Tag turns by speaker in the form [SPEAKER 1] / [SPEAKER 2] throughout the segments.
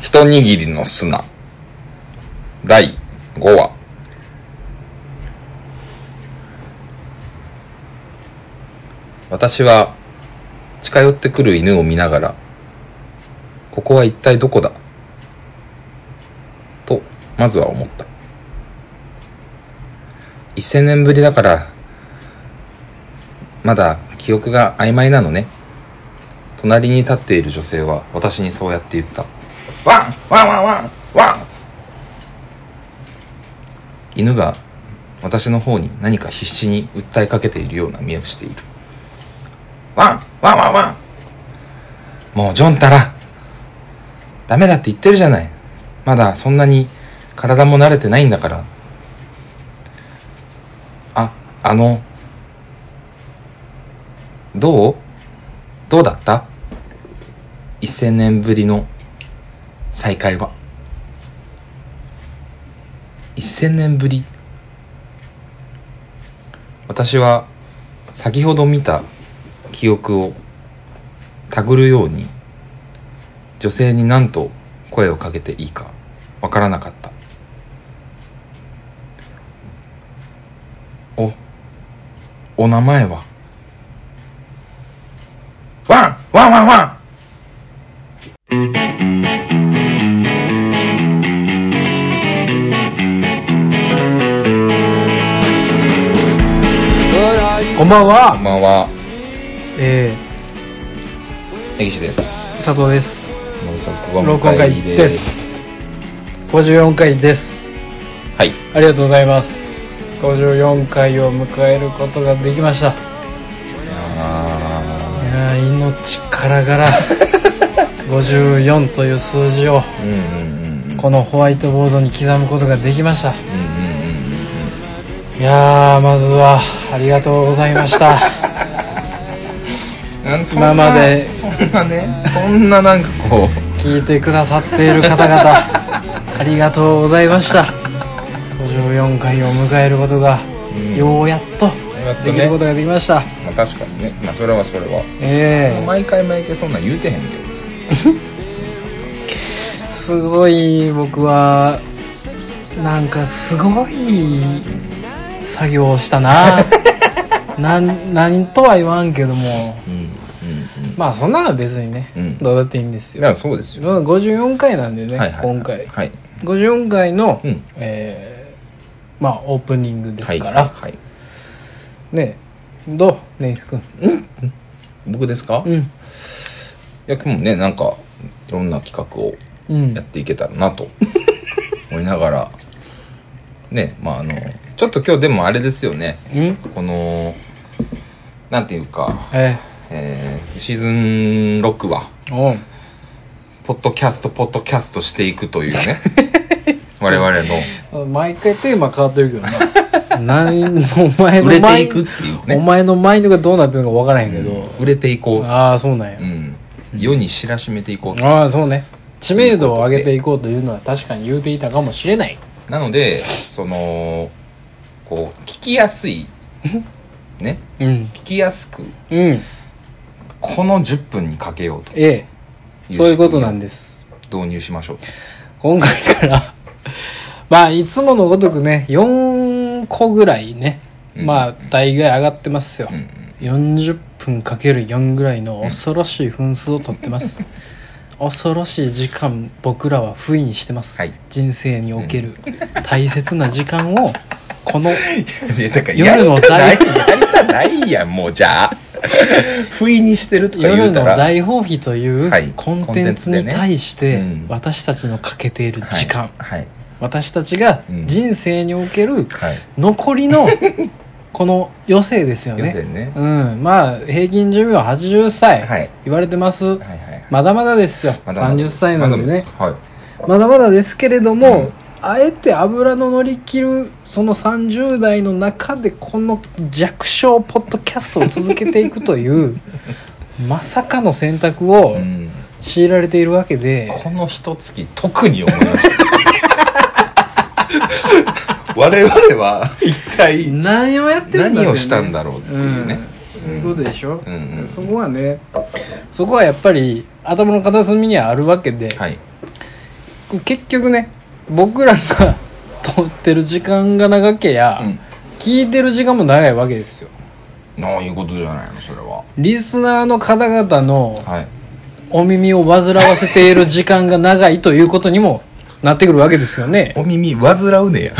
[SPEAKER 1] 一握りの砂。第5話。私は近寄ってくる犬を見ながら、ここは一体どこだと、まずは思った。一千年ぶりだから、まだ記憶が曖昧なのね。隣に立っている女性は私にそうやって言った。ワンワンワンワンワン犬が私の方に何か必死に訴えかけているような見えをしている。ワンワンワンワンもうジョンったらダメだって言ってるじゃない。まだそんなに体も慣れてないんだから。あ、あの、どうどうだった一千年ぶりの再会は一千年ぶり私は先ほど見た記憶をたぐるように女性に何と声をかけていいかわからなかったおお名前はワンワンワンワン
[SPEAKER 2] こんばん
[SPEAKER 1] こん
[SPEAKER 2] は、
[SPEAKER 1] ばんは
[SPEAKER 2] え
[SPEAKER 1] 根岸です
[SPEAKER 2] ー、佐藤です。
[SPEAKER 1] 録音会です。
[SPEAKER 2] 54回です。
[SPEAKER 1] はい、
[SPEAKER 2] ありがとうございます。54回を迎えることができました。いやー、命から がら、54という数字を、
[SPEAKER 1] うんうんうん
[SPEAKER 2] このホワイトボードに刻むことができました。
[SPEAKER 1] うんうんうん
[SPEAKER 2] いやー、まずは、ありがとうございました。
[SPEAKER 1] なん そん
[SPEAKER 2] 今
[SPEAKER 1] な
[SPEAKER 2] まで
[SPEAKER 1] そんなねそんななんかこう
[SPEAKER 2] 聞いてくださっている方 々ありがとうございました54回を迎えることが
[SPEAKER 1] ん
[SPEAKER 2] ようやっと
[SPEAKER 1] やっとね
[SPEAKER 2] できることができました、
[SPEAKER 1] まあ確かにねまあそれはそれは
[SPEAKER 2] え
[SPEAKER 1] 毎回毎回そんなん言うてへんけど
[SPEAKER 2] えすごい僕はなんかすごい作業をし たななん何とは言わんけども
[SPEAKER 1] うんうん
[SPEAKER 2] まあそんなのは別にね、
[SPEAKER 1] うん
[SPEAKER 2] どうだっていいんです
[SPEAKER 1] い
[SPEAKER 2] よ
[SPEAKER 1] やそうですよ
[SPEAKER 2] まあ54回なんでね、
[SPEAKER 1] はいはい
[SPEAKER 2] 今回
[SPEAKER 1] はい
[SPEAKER 2] 54回の、
[SPEAKER 1] うん
[SPEAKER 2] えーまあオープニングで
[SPEAKER 1] は
[SPEAKER 2] す
[SPEAKER 1] い
[SPEAKER 2] から、
[SPEAKER 1] はい
[SPEAKER 2] ねえどうねいくん
[SPEAKER 1] 僕ですかい
[SPEAKER 2] うん
[SPEAKER 1] や今日もねなんかいろんな企画を
[SPEAKER 2] うん
[SPEAKER 1] やっていけたらなと思いながらねまああのちょっと今日でもあれですよね
[SPEAKER 2] うん
[SPEAKER 1] このなんていうか
[SPEAKER 2] え
[SPEAKER 1] えーシーズン6は
[SPEAKER 2] ー、おう
[SPEAKER 1] ポッドキャストポッドキャストしていくという ね我々の
[SPEAKER 2] 毎回テーマ変わってるけど な何お前の
[SPEAKER 1] 売れ
[SPEAKER 2] マ
[SPEAKER 1] て
[SPEAKER 2] イ
[SPEAKER 1] いくっていう
[SPEAKER 2] お
[SPEAKER 1] ね、
[SPEAKER 2] 前のマインドがどうなってるのか分からへんけど、
[SPEAKER 1] 売れていこう、
[SPEAKER 2] ああそうなんや、
[SPEAKER 1] うん、世に知らしめていこ
[SPEAKER 2] ああそうね知名度を上げていこうというのは確かに言うていたかもしれないう
[SPEAKER 1] なのでそのこう聞きやすいね
[SPEAKER 2] うん
[SPEAKER 1] 聞きやすく
[SPEAKER 2] うん
[SPEAKER 1] この10分にかけようと
[SPEAKER 2] ええ
[SPEAKER 1] いう
[SPEAKER 2] そういうことなんです
[SPEAKER 1] 導入しましょう
[SPEAKER 2] 今回からまあいつものごとくね4個ぐらいね、
[SPEAKER 1] うん
[SPEAKER 2] まあ大概上がってますよ、
[SPEAKER 1] うんうん
[SPEAKER 2] 40分かける4ぐらいの恐ろしい分数を取ってます、恐ろしい時間僕らは不意にしてます、
[SPEAKER 1] はい
[SPEAKER 2] 人生における大切な時間をこの
[SPEAKER 1] いやだからやり
[SPEAKER 2] 夜の
[SPEAKER 1] たない
[SPEAKER 2] 大
[SPEAKER 1] やりたないやんもうじゃあ 不意にしてるとか言
[SPEAKER 2] 夜
[SPEAKER 1] う
[SPEAKER 2] の
[SPEAKER 1] たら
[SPEAKER 2] 大放棄という
[SPEAKER 1] はい
[SPEAKER 2] コンテンツに対し
[SPEAKER 1] コン
[SPEAKER 2] て
[SPEAKER 1] テンツでねうん
[SPEAKER 2] 私たちのかけている時間、
[SPEAKER 1] はい、はい
[SPEAKER 2] 私たちが
[SPEAKER 1] うん
[SPEAKER 2] 人生における
[SPEAKER 1] はい。
[SPEAKER 2] 残りのこの余生ですよ
[SPEAKER 1] 要す
[SPEAKER 2] ね
[SPEAKER 1] るにね。
[SPEAKER 2] うんまあ平均寿命は80歳、
[SPEAKER 1] はい
[SPEAKER 2] 言われてます、
[SPEAKER 1] はいはい。
[SPEAKER 2] まだまだですよ、
[SPEAKER 1] まだまだ
[SPEAKER 2] 30歳なんでね。
[SPEAKER 1] まだまだ
[SPEAKER 2] まだまだですけれども、
[SPEAKER 1] うん
[SPEAKER 2] あえて油の乗り切るその30代の中でこの弱小ポッドキャストを続けていくというまさかの選択を
[SPEAKER 1] はい。うん。
[SPEAKER 2] 強いられているわけで、
[SPEAKER 1] この一月特に思いました。 我々は一体
[SPEAKER 2] 何をやってるんだ
[SPEAKER 1] 何をしたん
[SPEAKER 2] だ
[SPEAKER 1] だろうっていうね。
[SPEAKER 2] そういうことでしょ、
[SPEAKER 1] うんうん
[SPEAKER 2] そこはねそこはやっぱり頭の片隅にはあるわけで、
[SPEAKER 1] はい。
[SPEAKER 2] 結局ね僕らが撮ってる時間が長けりゃ、
[SPEAKER 1] うん
[SPEAKER 2] 聞いてる時間も長いわけですよ
[SPEAKER 1] なあいうことじゃないのそれは
[SPEAKER 2] リスナーの方々の
[SPEAKER 1] はい
[SPEAKER 2] お耳を煩わせている時間が長いということにもなってくるわけですよね
[SPEAKER 1] お耳煩うねや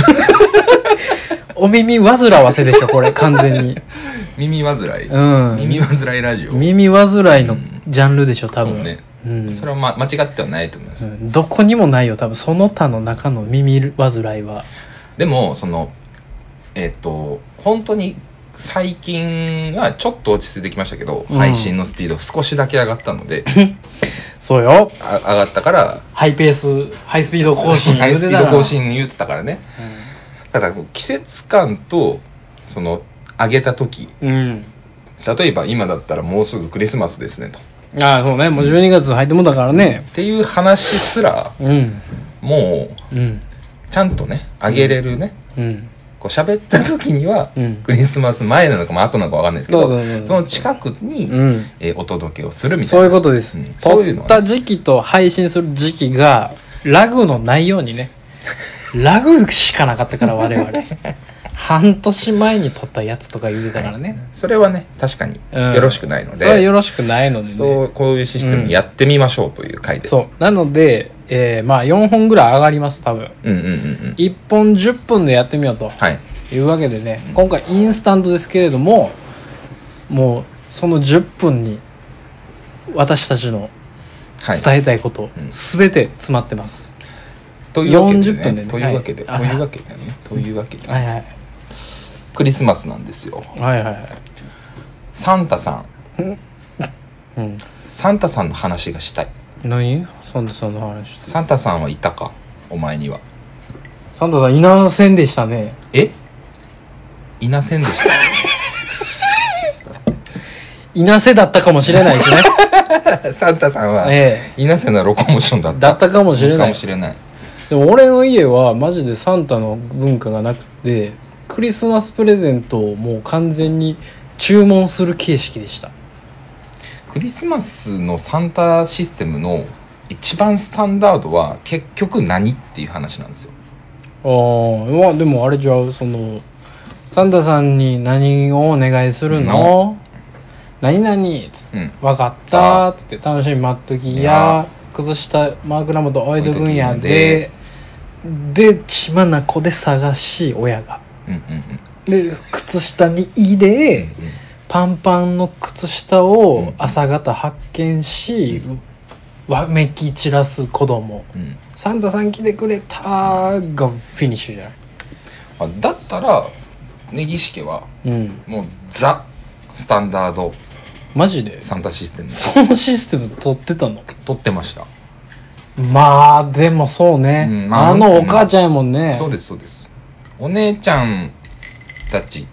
[SPEAKER 2] お耳煩わせでしょこれ完全に
[SPEAKER 1] 耳煩い、
[SPEAKER 2] うん
[SPEAKER 1] 耳煩いラジオ
[SPEAKER 2] 耳煩いのジャンルでしょ多分
[SPEAKER 1] そうね
[SPEAKER 2] うん
[SPEAKER 1] それは、ま、間違ってはないと思います、
[SPEAKER 2] うんどこにもないよ多分その他の中の耳煩いは
[SPEAKER 1] でもそのえっ、と本当に最近はちょっと落ち着いてきましたけど、
[SPEAKER 2] うん
[SPEAKER 1] 配信のスピードが少しだけ上がったの で
[SPEAKER 2] そうよ
[SPEAKER 1] あ上がったから
[SPEAKER 2] ハイペースハイスピード更新
[SPEAKER 1] ハイスピー
[SPEAKER 2] 言うて
[SPEAKER 1] ド
[SPEAKER 2] たな
[SPEAKER 1] 更新言ってたからねただ季節感とその上げた時
[SPEAKER 2] うん、
[SPEAKER 1] 例えば今だったらもうすぐクリスマスですねとっ
[SPEAKER 2] うんああそうねもう12月入ってもんだからね
[SPEAKER 1] ていう話すら
[SPEAKER 2] うん
[SPEAKER 1] もう
[SPEAKER 2] うん
[SPEAKER 1] ちゃんとね上げれるね、
[SPEAKER 2] うん
[SPEAKER 1] こう喋った時には、
[SPEAKER 2] うん
[SPEAKER 1] クリスマス前なのかも後なのかわかんないですけど
[SPEAKER 2] そうそうそうそう
[SPEAKER 1] その近くに、
[SPEAKER 2] うん
[SPEAKER 1] えーお届けをするみたいな
[SPEAKER 2] そういうことです、
[SPEAKER 1] うんそういうの
[SPEAKER 2] 撮っ
[SPEAKER 1] はね
[SPEAKER 2] た時期と配信する時期がラグのないようにねラグしかなかったから我 々半年前に撮ったやつとか言うてたからね、
[SPEAKER 1] それはね確かに
[SPEAKER 2] うん
[SPEAKER 1] よろしくないの
[SPEAKER 2] それは
[SPEAKER 1] で、
[SPEAKER 2] よろしくないのでね
[SPEAKER 1] そうこういうシステムやってみましょうという回です、
[SPEAKER 2] そうなので、えーまあ4本ぐらい上がります多分
[SPEAKER 1] うんうんうんうん
[SPEAKER 2] 1本10分でやってみようと
[SPEAKER 1] はい
[SPEAKER 2] いうわけでね今回インスタントですけれどももうその10分に私たちの
[SPEAKER 1] はい
[SPEAKER 2] 伝えたいこと
[SPEAKER 1] うん
[SPEAKER 2] 全て詰まってます、
[SPEAKER 1] というわけで
[SPEAKER 2] 40分で
[SPEAKER 1] ね
[SPEAKER 2] ね
[SPEAKER 1] というわけで、
[SPEAKER 2] は
[SPEAKER 1] と
[SPEAKER 2] い
[SPEAKER 1] いうわけでねというわけで、
[SPEAKER 2] はいはい
[SPEAKER 1] クリスマスなんですよ
[SPEAKER 2] はいはいは
[SPEAKER 1] サンタさん
[SPEAKER 2] いうん
[SPEAKER 1] サンタさんの話がしたい
[SPEAKER 2] 何サンタさんの話
[SPEAKER 1] サンタさんはいたかお前には
[SPEAKER 2] サンタさんいなせんでしたね
[SPEAKER 1] えいなせんでした
[SPEAKER 2] いなせだったかもしれないし ね
[SPEAKER 1] サンタさんは、
[SPEAKER 2] え
[SPEAKER 1] いなせなロコモーションだった
[SPEAKER 2] だったかもしれ
[SPEAKER 1] か
[SPEAKER 2] ない
[SPEAKER 1] もしれない
[SPEAKER 2] でも俺の家はマジでサンタの文化がなくてクリスマスプレゼントをもう完全に注文する形式でした
[SPEAKER 1] クリスマスのサンタシステムの一番スタンダードは結局何っていう話なんですよ
[SPEAKER 2] ああまあでもあれじゃあそのサンタさんに何をお願いするの何々
[SPEAKER 1] うん
[SPEAKER 2] 分かったっつって楽しみに待っとき
[SPEAKER 1] い
[SPEAKER 2] や
[SPEAKER 1] や
[SPEAKER 2] 崩した枕元置いとくんや
[SPEAKER 1] 置いとくんや
[SPEAKER 2] でで血眼で探し親が
[SPEAKER 1] うんうんうん
[SPEAKER 2] で靴下に入れパンパンの靴下を朝方発見し、わめき散らす子供
[SPEAKER 1] うんうん
[SPEAKER 2] サンタさん来てくれたーがフィニッシュじゃ
[SPEAKER 1] あ
[SPEAKER 2] ん
[SPEAKER 1] だったら根岸家は
[SPEAKER 2] うん
[SPEAKER 1] もうザスタンダード
[SPEAKER 2] マジで
[SPEAKER 1] サンタシステム
[SPEAKER 2] そのシステム取ってたの
[SPEAKER 1] 取ってました、
[SPEAKER 2] まあでもそうね、
[SPEAKER 1] うんまあ
[SPEAKER 2] あのお母ちゃんやもんね、
[SPEAKER 1] そうですそうですお姉ちゃんたち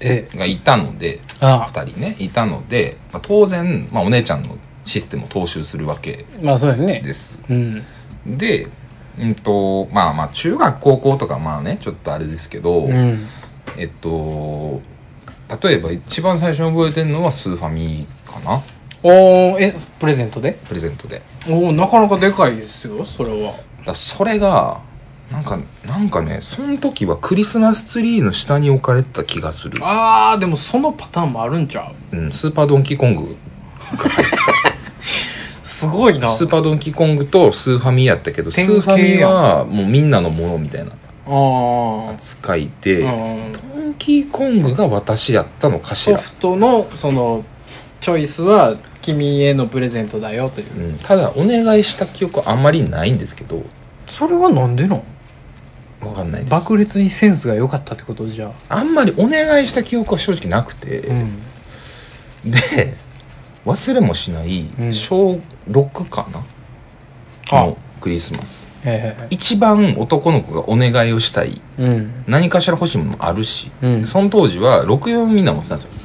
[SPEAKER 2] ええ
[SPEAKER 1] がいたので
[SPEAKER 2] あ
[SPEAKER 1] 2人ねいたので、まあ、当然、まあ、お姉ちゃんのシステムを踏襲するわけ
[SPEAKER 2] まあそうやね
[SPEAKER 1] です
[SPEAKER 2] うん
[SPEAKER 1] で、うんと、まあまあ、中学、高校とか、まあね、ちょっとあれですけど、
[SPEAKER 2] うん
[SPEAKER 1] えっと、例えば一番最初に覚えてるのはスーファミかな
[SPEAKER 2] おーえプレゼントで
[SPEAKER 1] プレゼントで。
[SPEAKER 2] おおなかなかでかいですよそれは
[SPEAKER 1] だそれが、なんか、なんかね、その時はクリスマスツリーの下に置かれてた気がする。
[SPEAKER 2] あーでもそのパターンもあるんちゃう
[SPEAKER 1] うん、スーパードンキーコング。
[SPEAKER 2] すごいな
[SPEAKER 1] スーパードンキーコングとスーファミやったけど、ス
[SPEAKER 2] 典型
[SPEAKER 1] ー
[SPEAKER 2] やん
[SPEAKER 1] ファミはもうみんなのものみたいな
[SPEAKER 2] あ
[SPEAKER 1] 扱いで、
[SPEAKER 2] あ
[SPEAKER 1] ドンキーコングが私やったのかし
[SPEAKER 2] ソ
[SPEAKER 1] ら。
[SPEAKER 2] フトのそのチョイスは君へのプレゼントだよという
[SPEAKER 1] うんただお願いした記憶あんまりないんですけど
[SPEAKER 2] それはなんでなん
[SPEAKER 1] わかんないです
[SPEAKER 2] 爆裂にセンスが良かったってことじゃ
[SPEAKER 1] あんまりお願いした記憶は正直なくて、
[SPEAKER 2] うん
[SPEAKER 1] で忘れもしない
[SPEAKER 2] うん
[SPEAKER 1] 小6かな、
[SPEAKER 2] あ
[SPEAKER 1] のクリスマス
[SPEAKER 2] ええ
[SPEAKER 1] 一番男の子がお願いをしたい
[SPEAKER 2] うん
[SPEAKER 1] 何かしら欲しいものもあるし、
[SPEAKER 2] うん
[SPEAKER 1] その当時は64みんな持ってたんですよ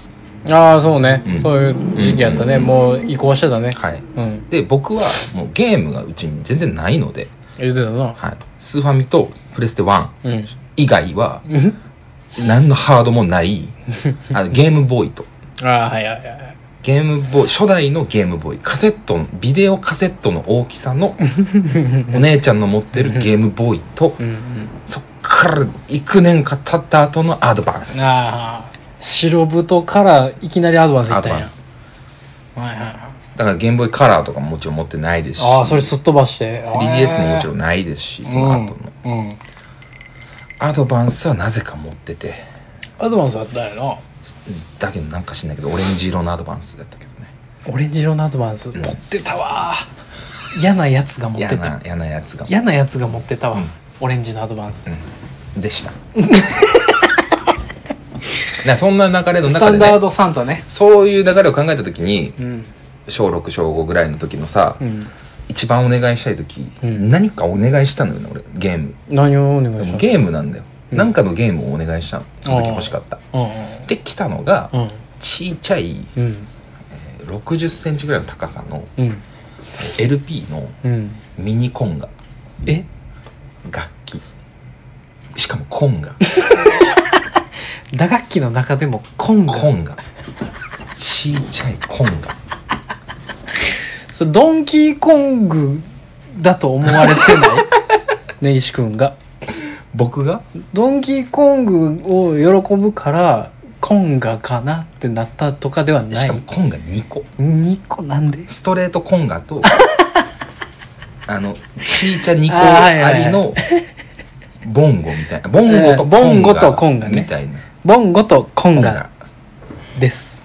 [SPEAKER 2] ああそうね、
[SPEAKER 1] うん
[SPEAKER 2] そういう時期やったね、もう移行してたね
[SPEAKER 1] はい
[SPEAKER 2] うん
[SPEAKER 1] で僕はもうゲームがうちに全然ないので、
[SPEAKER 2] 言ってたな
[SPEAKER 1] はい、スーファミとプレステ1
[SPEAKER 2] うん
[SPEAKER 1] 以外は何のハードもないあのゲームボーイと
[SPEAKER 2] ああはいはいはい
[SPEAKER 1] ゲームボーイ初代のゲームボーイカセットのビデオカセットの大きさ のお姉ちゃんの持ってるゲームボーイと
[SPEAKER 2] うんうん
[SPEAKER 1] そっから幾年か経った後のアドバンスア
[SPEAKER 2] ああ白太からいきなりアドバンスいった
[SPEAKER 1] ド
[SPEAKER 2] んや
[SPEAKER 1] バンス
[SPEAKER 2] はいはいはい
[SPEAKER 1] だからゲームボーイカラーとかももちろん持ってないですし
[SPEAKER 2] ああそれすっ飛ばして
[SPEAKER 1] 3DS ももちろ
[SPEAKER 2] ん
[SPEAKER 1] んないですしその後の、
[SPEAKER 2] うん、うん、
[SPEAKER 1] アドバンスはなぜか持ってて
[SPEAKER 2] アドバンスあったんやな
[SPEAKER 1] だけどなんか知んないけどオレンジ色のアドバンスだったけどね
[SPEAKER 2] オレンジ色のアドバンス、持ってたわー嫌なやつが持っ
[SPEAKER 1] 嫌
[SPEAKER 2] てた
[SPEAKER 1] な嫌なやつが
[SPEAKER 2] 嫌なやつが持ってたわ、オレンジのアドバンス、
[SPEAKER 1] でした なそんな流れの
[SPEAKER 2] スタ
[SPEAKER 1] 中で、
[SPEAKER 2] ンダー
[SPEAKER 1] ね、
[SPEAKER 2] ドサンタね
[SPEAKER 1] そういう流れを考えた時に
[SPEAKER 2] うん
[SPEAKER 1] 小6小5ぐらいの時のさ、
[SPEAKER 2] うん
[SPEAKER 1] 一番お願いしたい時、
[SPEAKER 2] うん
[SPEAKER 1] 何かお願いしたのよね俺ゲーム
[SPEAKER 2] 何をお願いし
[SPEAKER 1] でも
[SPEAKER 2] ます
[SPEAKER 1] ゲームなんだよ、なんかのゲームをお願いしたのその時欲しかった
[SPEAKER 2] うん
[SPEAKER 1] で来たのが、
[SPEAKER 2] うん
[SPEAKER 1] ちいちゃい
[SPEAKER 2] うん
[SPEAKER 1] 6 0ンチぐらいの高さの
[SPEAKER 2] うん
[SPEAKER 1] LP の
[SPEAKER 2] うん
[SPEAKER 1] ミニコンガ
[SPEAKER 2] え
[SPEAKER 1] 楽器しかもコンガ
[SPEAKER 2] 打楽器の中でもコンガ
[SPEAKER 1] コンガちいちゃいコンガ
[SPEAKER 2] それドンキーコングだと思われて ない根岸君が
[SPEAKER 1] 僕が
[SPEAKER 2] ドンキーコングを喜ぶからコンガかなってなったとかではな
[SPEAKER 1] し
[SPEAKER 2] い
[SPEAKER 1] かもコンガ2個
[SPEAKER 2] 2個なんで
[SPEAKER 1] ストレートコンガ とあのちいちゃ2個
[SPEAKER 2] あーはいはいは
[SPEAKER 1] あ
[SPEAKER 2] い
[SPEAKER 1] りのボンゴみたいなボンゴと
[SPEAKER 2] うんボンゴとコンガね
[SPEAKER 1] みたいな
[SPEAKER 2] ボンゴとコン
[SPEAKER 1] コン
[SPEAKER 2] ガ
[SPEAKER 1] ガ
[SPEAKER 2] です